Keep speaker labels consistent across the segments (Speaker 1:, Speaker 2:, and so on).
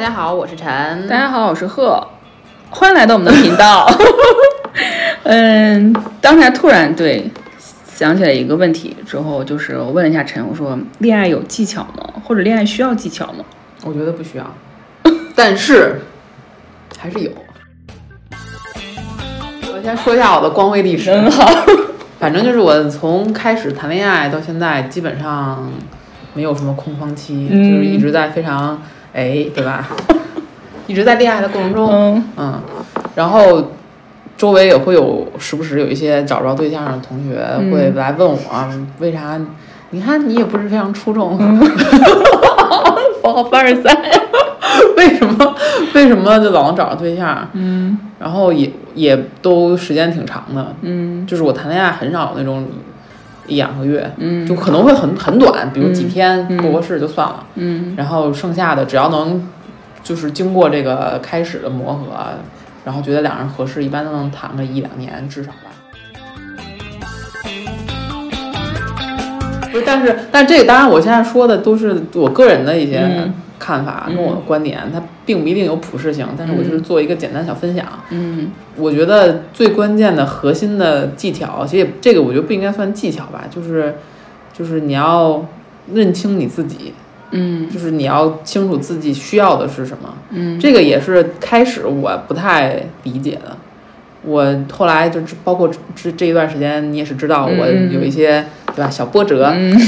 Speaker 1: 家好，我是陈。
Speaker 2: 大家好，我是贺，欢迎来到我们的频道。 嗯，刚才突然对想起来一个问题，之后就是我问了一下陈，我说恋爱有技巧吗？或者恋爱需要技巧吗？
Speaker 1: 我觉得不需要， 但是还是有。我先说一下我的光辉历史，
Speaker 2: 真嗯好，
Speaker 1: 反正就是我从开始谈恋爱到现在，基本上没有什么空窗期，
Speaker 2: 嗯
Speaker 1: 就是一直在非常哎，对 吧？一直在恋爱的过程中，
Speaker 2: 嗯，
Speaker 1: 嗯，然后周围也会有时不时有一些找不着对象的同学
Speaker 2: 嗯
Speaker 1: 会来问我、啊为啥？你看你也不是非常出众，
Speaker 2: 我好凡尔赛。
Speaker 1: 为什么为什么就老能找着对象？
Speaker 2: 嗯
Speaker 1: 然后也也都时间挺长的，
Speaker 2: 嗯
Speaker 1: 就是我谈恋爱很少那种一两个月，
Speaker 2: 嗯
Speaker 1: 就可能会很很短，比如几天
Speaker 2: 嗯
Speaker 1: 不合适就算了。
Speaker 2: 嗯
Speaker 1: 然后剩下的只要能就是经过这个开始的磨合，然后觉得两人合适，一般都能谈个一两年至少吧。不是，但是但这个当然，我现在说的都是我个人的一些
Speaker 2: 嗯
Speaker 1: 看法、
Speaker 2: 嗯
Speaker 1: 跟我的观点，它并不一定有普适性，但是我就是做一个简单小分享。
Speaker 2: 嗯
Speaker 1: 我觉得最关键的核心的技巧，其实也这个我觉得不应该算技巧吧，就是就是你要认清你自己，
Speaker 2: 嗯
Speaker 1: 就是你要清楚自己需要的是什么。
Speaker 2: 嗯
Speaker 1: 这个也是开始我不太理解的，我后来就是包括这这一段时间，你也是知道
Speaker 2: 嗯
Speaker 1: 我有一些、对吧小波折，
Speaker 2: 嗯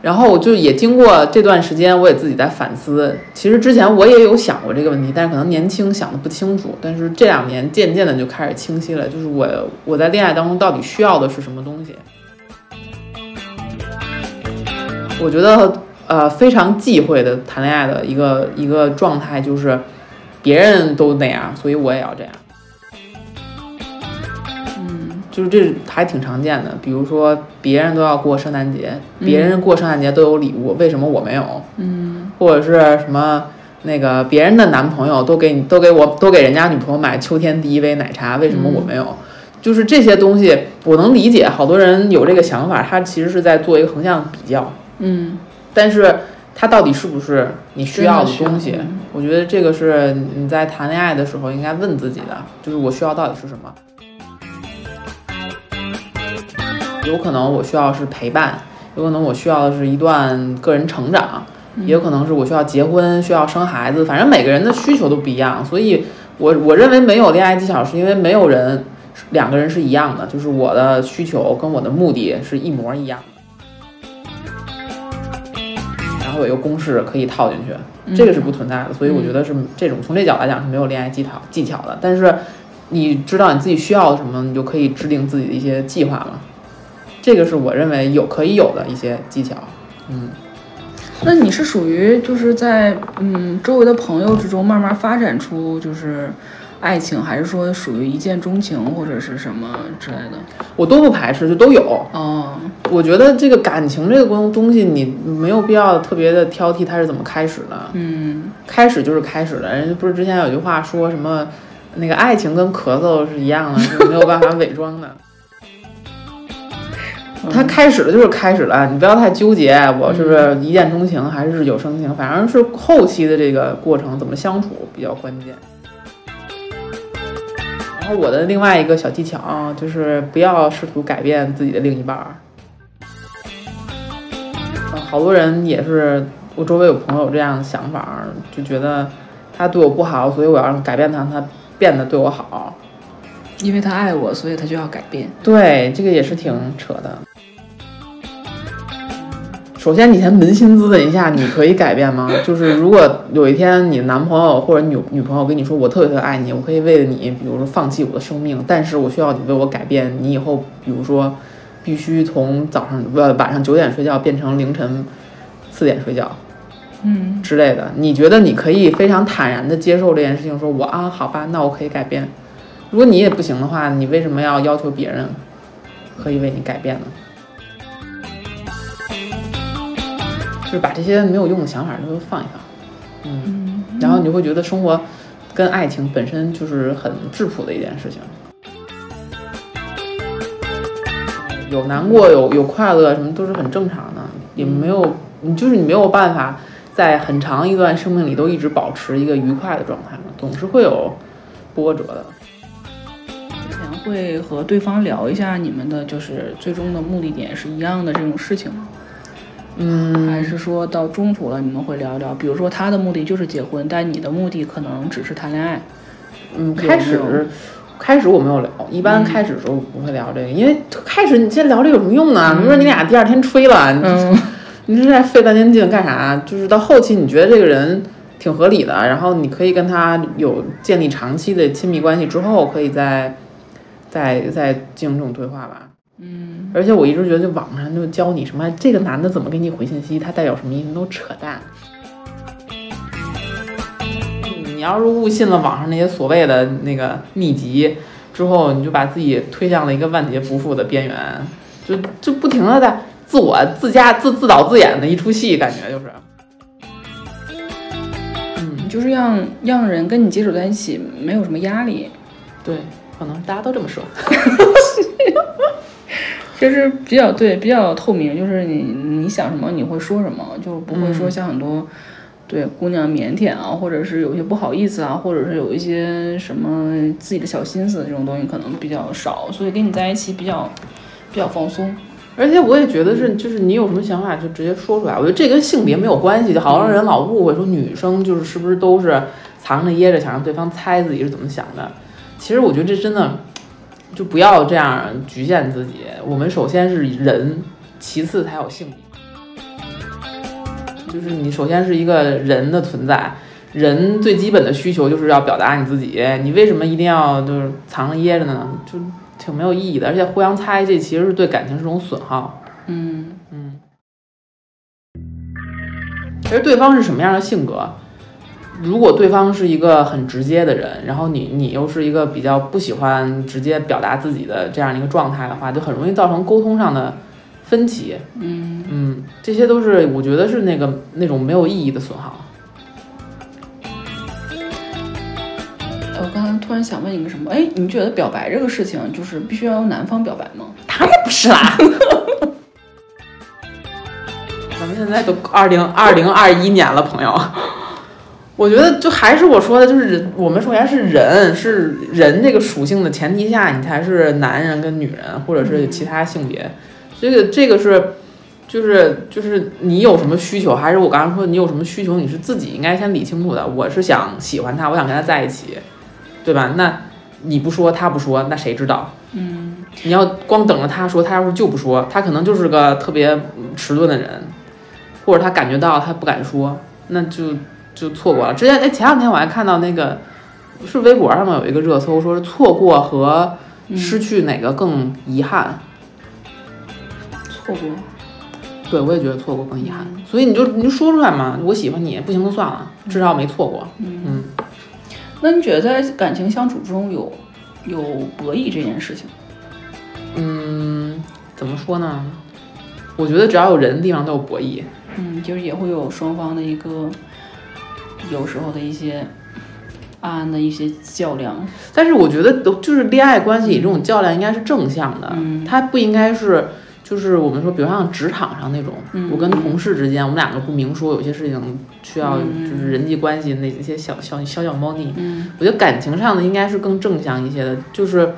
Speaker 1: 然后我就也经过这段时间，我也自己在反思。其实之前我也有想过这个问题，但是可能年轻想的不清楚。但是这两年渐渐的就开始清晰了，就是我我在恋爱当中到底需要的是什么东西。我觉得呃非常忌讳的谈恋爱的一个一个状态就是，别人都那样，所以我也要这样。
Speaker 2: 嗯
Speaker 1: 就是这还挺常见的，比如说别人都要过圣诞节，别人过圣诞节都有礼物，为什么我没有？
Speaker 2: 嗯
Speaker 1: 或者是什么那个别人的男朋友都给你都给我都给人家女朋友买秋天第一杯奶茶，为什么我没有？就是这些东西，我能理解，好多人有这个想法，他其实是在做一个横向比较，
Speaker 2: 嗯
Speaker 1: 但是它到底是不是你需要的东
Speaker 2: 真
Speaker 1: 西
Speaker 2: 的需要嗯？
Speaker 1: 我觉得这个是你在谈恋爱的时候应该问自己的，就是我需要到底是什么？有可能我需要是陪伴，有可能我需要的是一段个人成长，
Speaker 2: 嗯
Speaker 1: 也有可能是我需要结婚、需要生孩子，反正每个人的需求都不一样，所以我我认为没有恋爱技巧，是因为没有人两个人是一样的，就是我的需求跟我的目的是一模一样的。然后有一个公式可以套进去，这个是不存在的，所以我觉得是这种从这角度来讲是没有恋爱技巧技巧的。但是你知道你自己需要什么，你就可以制定自己的一些计划了。这个是我认为有可以有的一些技巧。嗯，
Speaker 2: 那你是属于就是在嗯周围的朋友之中慢慢发展出就是爱情，还是说属于一见钟情或者是什么之类的？
Speaker 1: 我都不排斥，就都有。
Speaker 2: 哦，
Speaker 1: 我觉得这个感情这个东东西，你没有必要特别的挑剔它是怎么开始的。
Speaker 2: 嗯
Speaker 1: 开始就是开始的，人家不是之前有句话说什么，那个爱情跟咳嗽是一样的，是没有办法伪装的。它开始了就是开始了，你不要太纠结，我是不是一见钟情还是日久生情，反正是后期的这个过程怎么相处比较关键。然后我的另外一个小技巧啊，就是不要试图改变自己的另一半儿。呃好多人也是，我周围有朋友有这样的想法儿，就觉得他对我不好，所以我要改变他，让他变得对我好。
Speaker 2: 因为他爱我，所以他就要改变。
Speaker 1: 对，这个也是挺扯的。首先，你先扪心自问一下，你可以改变吗？ 就是如果有一天你男朋友或者女女朋友跟你说我特别特别爱你，我可以为了你，比如说放弃我的生命，但是我需要你为我改变，你以后比如说必须从早上不晚上九点睡觉变成凌晨四点睡觉，
Speaker 2: 嗯
Speaker 1: 之类的，你觉得你可以非常坦然的接受这件事情，说我啊，好吧，那我可以改变。如果你也不行的话，你为什么要要求别人可以为你改变呢？就是把这些没有用的想法都放一放，嗯，
Speaker 2: 嗯
Speaker 1: 然后你会觉得生活跟爱情本身就是很质朴的一件事情。有难过，有有快乐，什么都是很正常的，也没有，你就是你没有办法在很长一段生命里都一直保持一个愉快的状态嘛，总是会有波折的。
Speaker 2: 之前会和对方聊一下你们的就是最终的目的点是一样的这种事情吗？
Speaker 1: 嗯，
Speaker 2: 还是说到中途了你们会聊一聊？比如说他的目的就是结婚，但你的目的可能只是谈恋爱。
Speaker 1: 嗯，开始
Speaker 2: 有嗯没有
Speaker 1: 开始我没有聊，一般开始的时候我不会聊这个，因为开始你先聊这有什么用呢？你说你俩第二天吹了，你
Speaker 2: 嗯，
Speaker 1: 你是在费半天劲干啥？就是到后期你觉得这个人挺合理的，然后你可以跟他有建立长期的亲密关系之后，可以再再再进行这种对话吧。嗯，而且我一直觉得，就网上就教你什么这个男的怎么给你回信息，他代表什么意思，都扯淡。嗯你要是误信了网上那些所谓的那个秘籍，之后你就把自己推向了一个万劫不复的边缘，就就不停的在自我自家自自导自演的一出戏，感觉就是。
Speaker 2: 就是让让人跟你接触在一起没有什么压力，
Speaker 1: 对，可能大家都这么说。
Speaker 2: 就是比较对比较透明，就是你你想什么你会说什么，就不会
Speaker 1: 嗯
Speaker 2: 说像很多、对姑娘腼腆啊，或者是有一些不好意思啊，或者是有一些什么自己的小心思这种东西可能比较少，所以跟你在一起比较比较放松。
Speaker 1: 而且我也觉得是，就是你有什么想法就直接说出来。我觉得这跟性别没有关系，就好多人老误会说女生就是是不是都是藏着掖着，想让对方猜自己是怎么想的。其实我觉得这真的就不要这样局限自己。我们首先是人，其次才有性别。就是你首先是一个人的存在，人最基本的需求就是要表达你自己。你为什么一定要就是藏着掖着呢？就挺没有意义的，而且互相猜忌其实是对感情是种损耗。
Speaker 2: 嗯
Speaker 1: 嗯，其实对方是什么样的性格，如果对方是一个很直接的人，然后你你又是一个比较不喜欢直接表达自己的这样一个状态的话，就很容易造成沟通上的分歧。
Speaker 2: 嗯，
Speaker 1: 嗯，这些都是我觉得是那个那种没有意义的损耗。
Speaker 2: 呃我刚才突然想问一个什么？哎，你觉得表白这个事情就是必须要由男方表白吗？
Speaker 1: 当然不是啦。咱们现在都二零二零二一年了，朋友。我觉得就还是我说的，就是我们首先是人，是人这个属性的前提下，你才是男人跟女人，或者是其他性别。这个这个是，就是就是你有什么需求，还是我刚才说你有什么需求，你是自己应该先理清楚的。我是想喜欢他，我想跟他在一起，对吧？那你不说，他不说，那谁知道？
Speaker 2: 嗯，
Speaker 1: 你要光等着他说，他要是就不说，他可能就是个特别嗯迟钝的人，或者他感觉到他不敢说，那就就错过了。之前哎，前两天我还看到那个是微博上面有一个热搜，说是错过和失去哪个更遗憾。
Speaker 2: 错过。
Speaker 1: 对我也觉得错过更遗憾，所以你就你就说出来嘛，我喜欢你，不行就算了，至少没错过。嗯，
Speaker 2: 那你觉得在感情相处中有有博弈这件事情吗？
Speaker 1: 嗯，怎么说呢？我觉得只要有人的地方都有博弈。
Speaker 2: 嗯，就是也会有双方的一个有时候的一些暗暗的一些较量。啊
Speaker 1: 但是我觉得都，就是恋爱关系里这种较量应该是正向的，
Speaker 2: 嗯
Speaker 1: 它不应该是就是我们说，比如像职场上那种，
Speaker 2: 嗯
Speaker 1: 我跟同事之间，我们两个不明说，有些事情需要
Speaker 2: 嗯
Speaker 1: 就是人际关系那些小小小小猫腻。
Speaker 2: 嗯
Speaker 1: 我觉得感情上的应该是更正向一些的，就是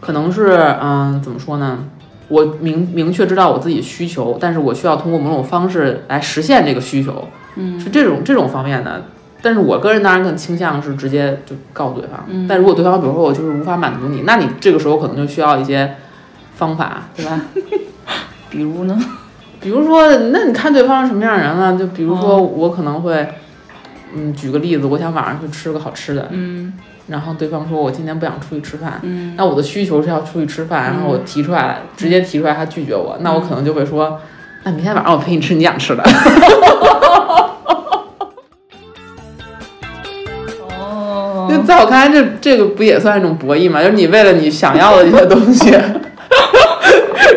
Speaker 1: 可能是嗯、怎么说呢？我明明确知道我自己需求，但是我需要通过某种方式来实现这个需求，
Speaker 2: 嗯
Speaker 1: 是这种这种方面的。但是我个人当然更倾向是直接就告诉对方。
Speaker 2: 嗯
Speaker 1: 但如果对方比如说我就是无法满足你，那你这个时候可能就需要一些方法，对吧？
Speaker 2: 比如呢？
Speaker 1: 比如说，那你看对方是什么样的人了？就比如说
Speaker 2: 哦
Speaker 1: 我可能会，嗯，举个例子，我想晚上去吃个好吃的，
Speaker 2: 嗯
Speaker 1: 然后对方说我今天不想出去吃饭。
Speaker 2: 嗯
Speaker 1: 那我的需求是要出去吃饭，然后我提出来，直接提出来，他拒绝我，那我可能就会说，那明天晚上我陪你吃你想吃的。
Speaker 2: 哦
Speaker 1: 就在我看来，这这个不也算一种博弈吗？就是你为了你想要的一些东西，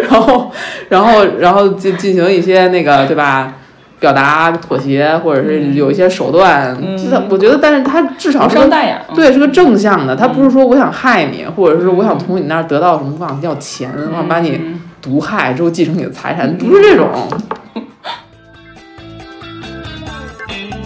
Speaker 1: 然后然后然后进进行一些那个对吧？表达妥协，或者是有一些手段，
Speaker 2: 嗯
Speaker 1: 这我觉得，但是它至少
Speaker 2: 无
Speaker 1: 是个
Speaker 2: 伤大雅。
Speaker 1: 对，是个正向的，他不
Speaker 2: 嗯
Speaker 1: 是说我想害你，或者是我想从你那儿得到什么，我想要钱，我想把你
Speaker 2: 嗯
Speaker 1: 毒嗯 害之后继承你的财产，不是这种。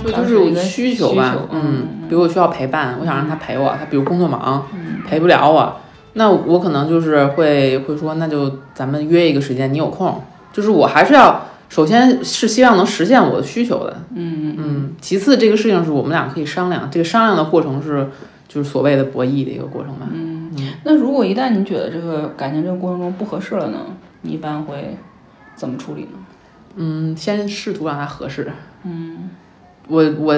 Speaker 1: 所以就
Speaker 2: 当时
Speaker 1: 是有
Speaker 2: 一个
Speaker 1: 需
Speaker 2: 求
Speaker 1: 吧，
Speaker 2: 嗯，
Speaker 1: 嗯，比如我需要陪伴，我想让他陪我，他比如工作忙，陪不了我，那我可能就是会会说，那就咱们约一个时间，你有空，就是我还是要首先是希望能实现我的需求的，嗯嗯，其次这个事情是我们俩可以商量，这个商量的过程是就是所谓的博弈的一个过程吧，
Speaker 2: 嗯那如果一旦你觉得这个感情这个过程中不合适了呢，你一般会怎么处理呢？
Speaker 1: 嗯，先试图让它合适，嗯。我我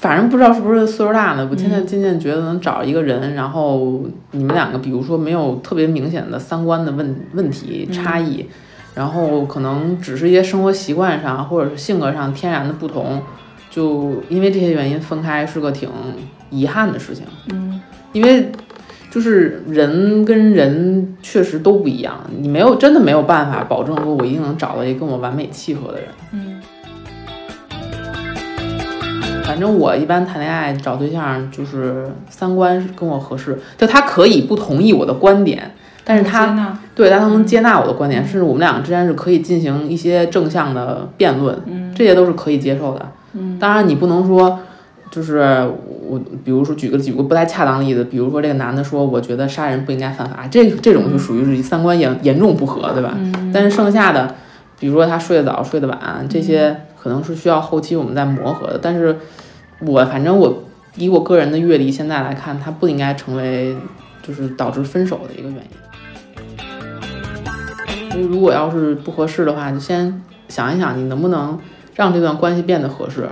Speaker 1: 反正不知道是不是岁数大了，我现在渐渐觉得能找一个人，然后你们两个，比如说没有特别明显的三观的问问题差异，然后可能只是一些生活习惯上或者是性格上天然的不同，就因为这些原因分开是个挺遗憾的事情。嗯，因为就是人跟人确实都不一样，你没有真的没有办法保证说我一定能找到一个跟我完美契合的人。反正我一般谈恋爱找对象，就是三观是跟我合适，就他可以不同意我的观点，但是他
Speaker 2: 呢？
Speaker 1: 对，但他能接纳我的观点，甚至我们两个之间是可以进行一些正向的辩论，
Speaker 2: 嗯
Speaker 1: 这些都是可以接受的。嗯，当然你不能说，就是我，比如说举个举个不太恰当的例子，比如说这个男的说，我觉得杀人不应该犯法，这这种就属于是三观严严重不合，对吧？嗯、但是剩下的，比如说他睡得早睡得晚，这些可能是需要后期我们再磨合的。但是我反正我以我个人的阅历现在来看，他不应该成为就是导致分手的一个原因。所以如果要是不合适的话，就先想一想你能不能让这段关系变得合适。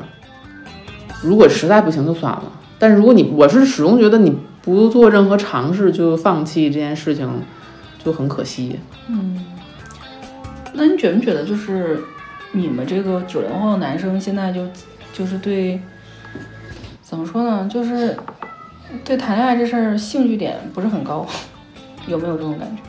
Speaker 1: 如果实在不行就算了，但是如果你我是始终觉得你不做任何尝试就放弃这件事情，就很可惜。
Speaker 2: 那你觉不觉得就是你们这个九零后的男生现在就就是对怎么说呢？就是对谈恋爱这事儿兴趣点不是很高，有没有这种感觉？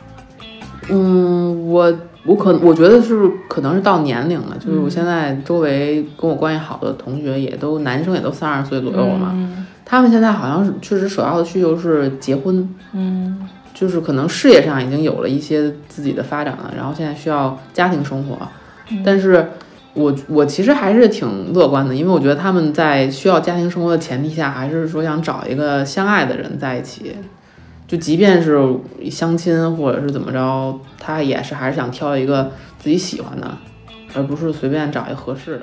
Speaker 1: 嗯，我我可我觉得是可能是到年龄了，就是我现在周围跟我关系好的同学也都男生也都三十岁左右了嘛，
Speaker 2: 嗯
Speaker 1: 他们现在好像是确实首要的需求是结婚，
Speaker 2: 嗯
Speaker 1: 就是可能事业上已经有了一些自己的发展了，然后现在需要家庭生活，但是我我其实还是挺乐观的，因为我觉得他们在需要家庭生活的前提下，还是说想找一个相爱的人在一起，就即便是相亲或者是怎么着，他也是还是想挑一个自己喜欢的，而不是随便找一个合适的。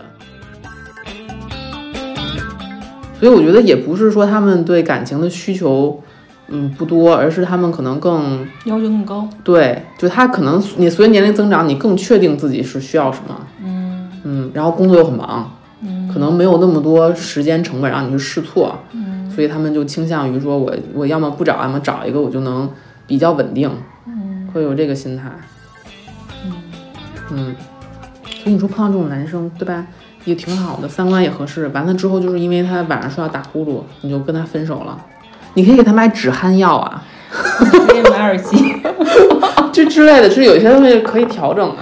Speaker 1: 所以我觉得也不是说他们对感情的需求，嗯不多，而是他们可能更
Speaker 2: 要求更高。
Speaker 1: 对，就他可能你随着年龄增长，你更确定自己是需要什么。嗯然后工作又很忙，嗯，可能没有那么多时间成本让你去试错，嗯，所以他们就倾向于说我我要么不找，要么找一个我就能比较稳定，嗯，会有这个心态。嗯所以你说碰到这种男生，对吧？也挺好的，三观也合适。完了之后，就是因为他晚上睡觉打呼噜，你就跟他分手了。你可以给他买止鼾药啊，
Speaker 2: 可以买耳机。
Speaker 1: 这之类的，是有些东西可以调整的。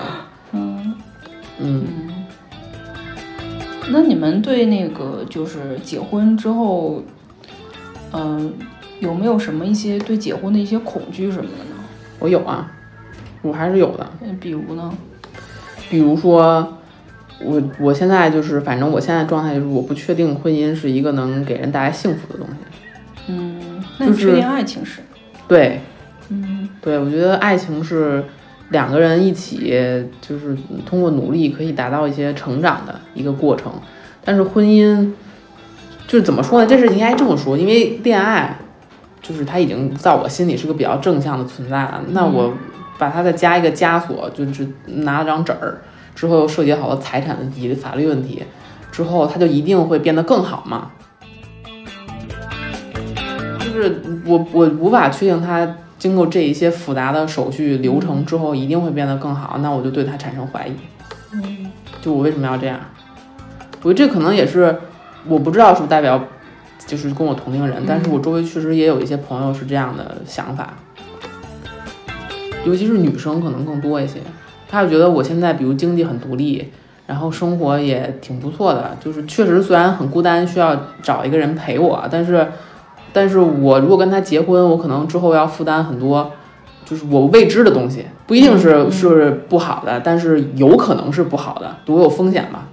Speaker 2: 嗯，
Speaker 1: 嗯，
Speaker 2: 那你们对那个就是结婚之后，嗯、有没有什么一些对结婚的一些恐惧什么的呢？
Speaker 1: 我有啊，我还是有的。
Speaker 2: 嗯，比如呢？
Speaker 1: 比如说，我我现在就是，反正我现在状态就是，我不确定婚姻是一个能给人带来幸福的东西。
Speaker 2: 嗯，那你
Speaker 1: 就是
Speaker 2: 确定爱情是？
Speaker 1: 对，
Speaker 2: 嗯
Speaker 1: 对，我觉得爱情是两个人一起，就是通过努力可以达到一些成长的一个过程。但是婚姻，就是怎么说呢？这事应该这么说，因为恋爱，就是它已经在我心里是个比较正向的存在了。那我把它再加一个枷锁，就是拿了张纸儿之后，又涉及好多财产问题、法律问题，之后它就一定会变得更好嘛？就是我我无法确定它经过这一些复杂的手续流程之后，一定会变得更好，那我就对他产生怀疑。
Speaker 2: 嗯
Speaker 1: 就我为什么要这样？我觉得这可能也是我不知道是不是代表就是跟我同龄人，但是我周围确实也有一些朋友是这样的想法，尤其是女生可能更多一些。她就觉得我现在比如经济很独立，然后生活也挺不错的，就是确实虽然很孤单，需要找一个人陪我，但是但是我如果跟他结婚，我可能之后要负担很多。就是我未知的东西，不一定是是不好的，但是有可能是不好的，都有风险嘛，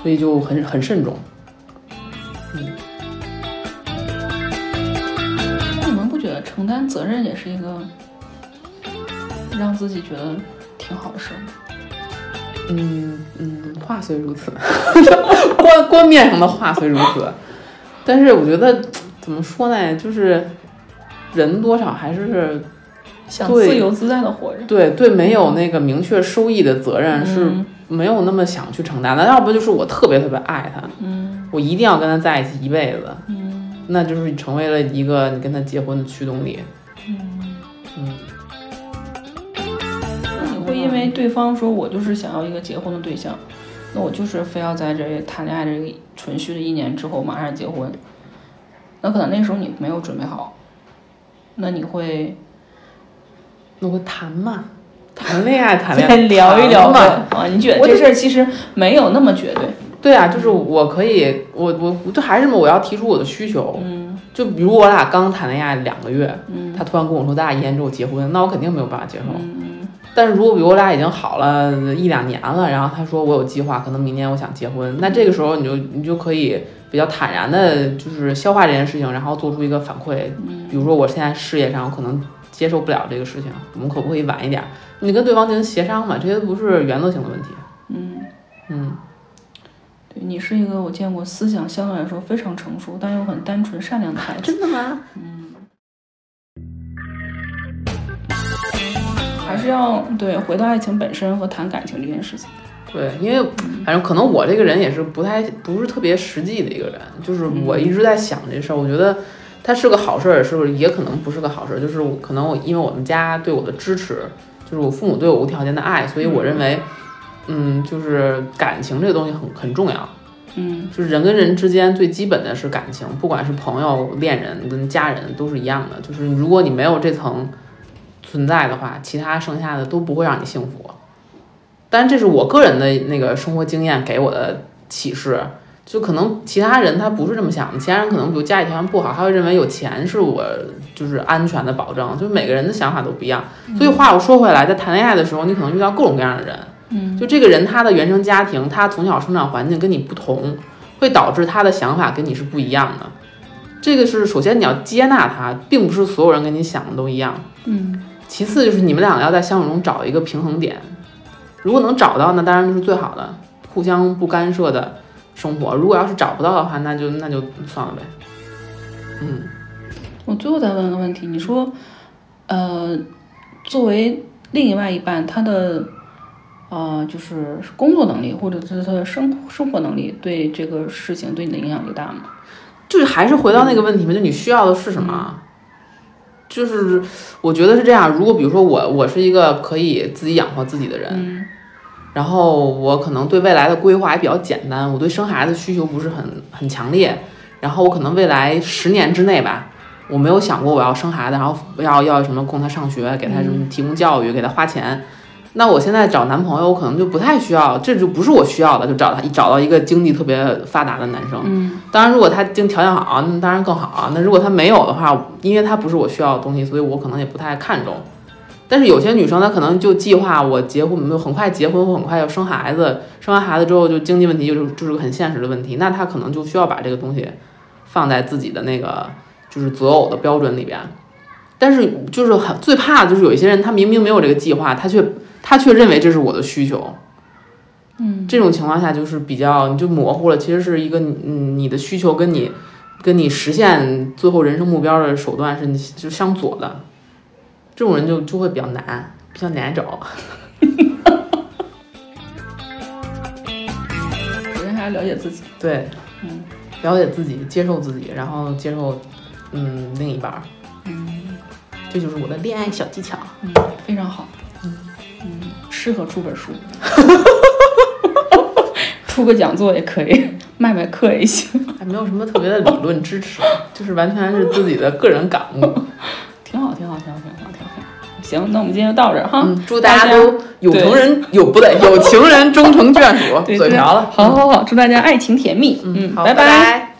Speaker 1: 所以就很很慎重。
Speaker 2: 你们不觉得承担责任也是一个让自己觉得挺好的事儿吗？
Speaker 1: 嗯嗯，话虽如此，观观念上的话虽如此，但是我觉得怎么说呢，就是人多少还是
Speaker 2: 想
Speaker 1: 对
Speaker 2: 自由自在的活着，
Speaker 1: 对对没有那个明确收益的责任是
Speaker 2: 嗯
Speaker 1: 没有那么想去承担的。要不就是我特别特别爱他，
Speaker 2: 嗯
Speaker 1: 我一定要跟他在一起一辈子，
Speaker 2: 嗯
Speaker 1: 那就是成为了一个你跟他结婚的驱动力。
Speaker 2: 嗯。
Speaker 1: 嗯，
Speaker 2: 那你会因为对方说我就是想要一个结婚的对象，那我就是非要在这谈恋爱这个纯虚的一年之后马上结婚，那可能那时候你没有准备好，那你会
Speaker 1: 那我谈嘛，谈恋爱谈恋
Speaker 2: 再
Speaker 1: 爱
Speaker 2: 聊一聊
Speaker 1: 谈嘛。
Speaker 2: 吧啊？你觉得
Speaker 1: 我
Speaker 2: 这
Speaker 1: 就
Speaker 2: 事儿其实没有那么绝对，
Speaker 1: 对啊，就是我可以，我我我就还是什么，我要提出我的需求。
Speaker 2: 嗯
Speaker 1: 就比如我俩刚谈恋爱两个月，
Speaker 2: 嗯
Speaker 1: 他突然跟我说咱俩一年之后结婚，那我肯定没有办法接受。
Speaker 2: 嗯
Speaker 1: 但是如果比如我俩已经好了一两年了，然后他说我有计划，可能明年我想结婚，那这个时候你就你就可以比较坦然的，就是消化这件事情，然后做出一个反馈。
Speaker 2: 嗯
Speaker 1: 比如说我现在事业上我可能接受不了这个事情，我们可不可以晚一点？你跟对方进行协商嘛，这些不是原则性的问题。
Speaker 2: 嗯，
Speaker 1: 嗯，
Speaker 2: 对你是一个我见过思想相对来说非常成熟，但又很单纯善良的孩子，
Speaker 1: 的吗？
Speaker 2: 还是要对回到爱情本身和谈感情这件事情。
Speaker 1: 对，因为反正可能我这个人也是不太不是特别实际的一个人，就是我一直在想这事儿，我觉得它是个好事儿，是不是也可能不是个好事儿？就是我可能我因为我们家对我的支持，就是我父母对我无条件的爱，所以我认为，嗯，就是感情这个东西很很重要，
Speaker 2: 嗯
Speaker 1: 就是人跟人之间最基本的是感情，不管是朋友、恋人跟家人都是一样的，就是如果你没有这层存在的话，其他剩下的都不会让你幸福。但这是我个人的那个生活经验给我的启示，就可能其他人他不是这么想的，其他人可能比如家里条件不好，他会认为有钱是我就是安全的保证，就每个人的想法都不一样。所以话又说回来，在谈恋爱的时候，你可能遇到各种各样的人，
Speaker 2: 嗯
Speaker 1: 就这个人他的原生家庭，他从小生长环境跟你不同，会导致他的想法跟你是不一样的。这个是首先你要接纳他，并不是所有人跟你想的都一样。
Speaker 2: 嗯
Speaker 1: 其次就是你们两个要在相处中找一个平衡点，如果能找到，那当然就是最好的，互相不干涉的生活。如果要是找不到的话，那就那就算了呗。嗯，
Speaker 2: 我最后再问个问题，你说，呃，作为另外一半，他的呃，就是工作能力或者是他的生生活能力，对这个事情对你的影响力大吗？
Speaker 1: 就是还是回到那个问题嘛，就你需要的是什么？就是我觉得是这样。如果比如说我我是一个可以自己养活自己的人，
Speaker 2: 嗯
Speaker 1: 然后我可能对未来的规划也比较简单，我对生孩子需求不是很很强烈，然后我可能未来十年之内吧，我没有想过我要生孩子，然后要要什么供他上学，给他什么提供教育，给他花钱。那我现在找男朋友，我可能就不太需要，这就不是我需要的，就找他找到一个经济特别发达的男生。
Speaker 2: 嗯
Speaker 1: 当然，如果他经条件好，那当然更好啊。那如果他没有的话，因为他不是我需要的东西，所以我可能也不太看重。但是有些女生她可能就计划我结婚，就很快结婚，我很快要生孩子，生完孩子之后就经济问题就是就是个很现实的问题，那她可能就需要把这个东西放在自己的那个就是择偶的标准里边。但是就是很最怕的就是有一些人，他明明没有这个计划，他却他却认为这是我的需求，
Speaker 2: 嗯
Speaker 1: 这种情况下就是比较你就模糊了，其实是一个你嗯你的需求跟你跟你实现最后人生目标的手段是你就相左的，这种人就就会比较难，比较难找。
Speaker 2: 首先还要了解自己。
Speaker 1: 对，
Speaker 2: 嗯
Speaker 1: 了解自己，接受自己，然后接受嗯另一半儿，
Speaker 2: 嗯
Speaker 1: 这就是我的恋爱小技巧。
Speaker 2: 嗯，非常好。嗯嗯，适合出本书， 出个讲座也可以，卖卖课也行，
Speaker 1: 还没有什么特别的理论支持， 就是完全是自己的个人感悟。
Speaker 2: 挺好，挺好，挺好，挺好，挺好。行，那我们今天就到这儿哈。
Speaker 1: 嗯，祝大家都有
Speaker 2: 对
Speaker 1: 情人有不对，有情人终成眷属，
Speaker 2: 对
Speaker 1: 嘴
Speaker 2: 对
Speaker 1: 瓢了。
Speaker 2: 好好好，祝大家爱情甜蜜。嗯，
Speaker 1: 好，
Speaker 2: 拜
Speaker 1: 拜